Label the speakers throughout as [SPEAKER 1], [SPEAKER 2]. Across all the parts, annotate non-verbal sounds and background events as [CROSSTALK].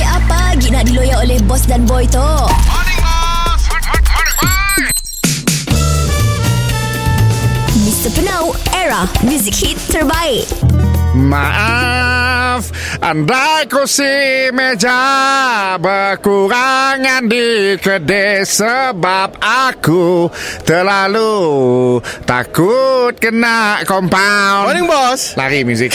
[SPEAKER 1] lagi nak diloyak oleh bos dan boy tu? Mr. Penau, era music hit terbaik.
[SPEAKER 2] Maaf Andai kursi meja Berkurangan di kedai Sebab aku Terlalu Takut kena compound
[SPEAKER 3] Morning bos
[SPEAKER 2] Lari muzik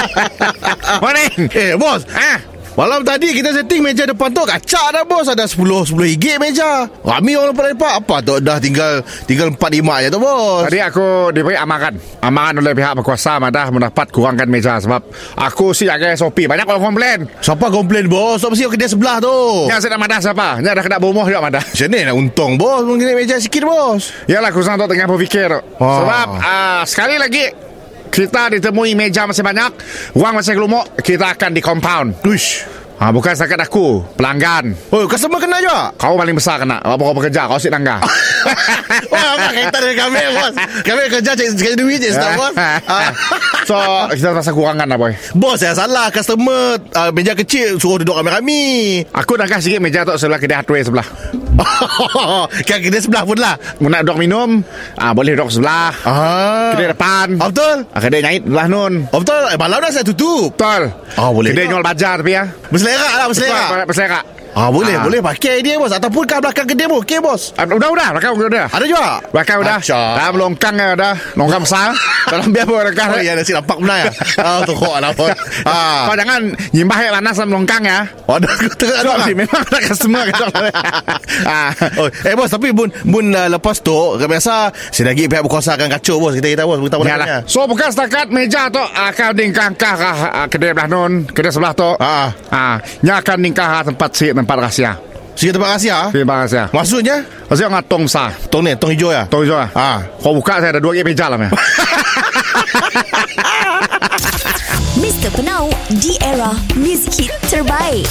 [SPEAKER 2] [LAUGHS] Morning
[SPEAKER 3] Eh bos
[SPEAKER 2] Ah,
[SPEAKER 3] Malam tadi kita setting meja depan tu Kacak dah bos Ada 10 10 ringgit meja Ramai orang lepak-lepak Apa tu dah tinggal Tinggal 4 5 je tu bos
[SPEAKER 2] Tadi aku diberi amaran Amaran oleh pihak berkuasa Madah mendapat kurangkan meja Sebab aku si agak SOP Banyak orang komplain
[SPEAKER 3] Siapa komplain bos Tak mesti kedai sebelah tu
[SPEAKER 2] Yang saya nak madah siapa Yang dah kena bomoh juga madah
[SPEAKER 3] Macam ni nak untung bos Mungkin meja sikit bos
[SPEAKER 2] Yalah Kuzan tu tengah berfikir tu.
[SPEAKER 3] Ah.
[SPEAKER 2] Sebab uh, sekali lagi kita ditemui meja masih banyak, wang masih kelumuk, kita akan di compound.
[SPEAKER 3] Uish
[SPEAKER 2] Ha, bukan setakat aku, pelanggan.
[SPEAKER 3] Oh customer kena juga
[SPEAKER 2] Kau paling besar kena. Apa kau bekerja, kau asyik
[SPEAKER 3] [LAUGHS]
[SPEAKER 2] tangga.
[SPEAKER 3] Wah apa kaitan dengan kami bos Kami kerja cari cari duit je Ustaz
[SPEAKER 2] [LAUGHS]
[SPEAKER 3] bos Ah.
[SPEAKER 2] Ya. so, kita rasa kurangan lah boy.
[SPEAKER 3] Bos saya salah Customer ah, Meja kecil Suruh duduk rame-rame
[SPEAKER 2] Aku dah kasih sikit meja tu sebelah kedai hardware sebelah.
[SPEAKER 3] [LAUGHS] Kan kedai sebelah pun lah
[SPEAKER 2] Mau nak duduk minum, ah boleh duduk sebelah.
[SPEAKER 3] Ah.
[SPEAKER 2] Kedai depan.
[SPEAKER 3] Ah, betul.
[SPEAKER 2] Ah, kedai nyait belah nun.
[SPEAKER 3] Oh betul eh, Malam dah saya tutup
[SPEAKER 2] Betul.
[SPEAKER 3] Ah, boleh.
[SPEAKER 2] Kedai nyol bajar tapi ya.
[SPEAKER 3] Berselerak lah berselerak
[SPEAKER 2] Betul, Berselera.
[SPEAKER 3] Ah boleh
[SPEAKER 2] Ah.
[SPEAKER 3] boleh pakai dia bos Ataupun kat belakang kedai pun Okey bos
[SPEAKER 2] Ah, Udah, udah. Rakam, udah.
[SPEAKER 3] Ada juga
[SPEAKER 2] Bakar dah
[SPEAKER 3] Acah.
[SPEAKER 2] Dah melongkang dah, dah Longkang
[SPEAKER 3] [LAUGHS]
[SPEAKER 2] besar Dalam biar pun rekam
[SPEAKER 3] Oh ya nasi lampak [LAUGHS] benar ya Ah teruk lah bos Ah
[SPEAKER 2] Kau jangan Nyimbah air panas dalam longkang ya
[SPEAKER 3] Oh dah teruk
[SPEAKER 2] Kau
[SPEAKER 3] lah
[SPEAKER 2] sih [LAUGHS] memang ada customer kata.
[SPEAKER 3] [LAUGHS]
[SPEAKER 2] ah.
[SPEAKER 3] Oh, eh bos tapi bun bun uh, lepas tu kan biasa sedagi pihak berkuasa akan kacau bos kita kita bos ya. kita boleh
[SPEAKER 2] Yalah. lah. So bukan setakat meja tu akan ningkah kah ah, kedai belah nun, kedai sebelah tu.
[SPEAKER 3] Ah.
[SPEAKER 2] Ah, nya akan ningkah ah, tempat si tempat rahsia. ah.
[SPEAKER 3] Sikit tempat rahsia.
[SPEAKER 2] Si tempat rahsia.
[SPEAKER 3] Maksudnya
[SPEAKER 2] Rahsia ngatong sa.
[SPEAKER 3] tong ni tong hijau ya.
[SPEAKER 2] Tahu je lah.
[SPEAKER 3] Ah.
[SPEAKER 2] Kau buka saya ada dua ke meja lah.
[SPEAKER 3] [LAUGHS]
[SPEAKER 2] meh.
[SPEAKER 1] Mr. Penau, di era music hit terbaik.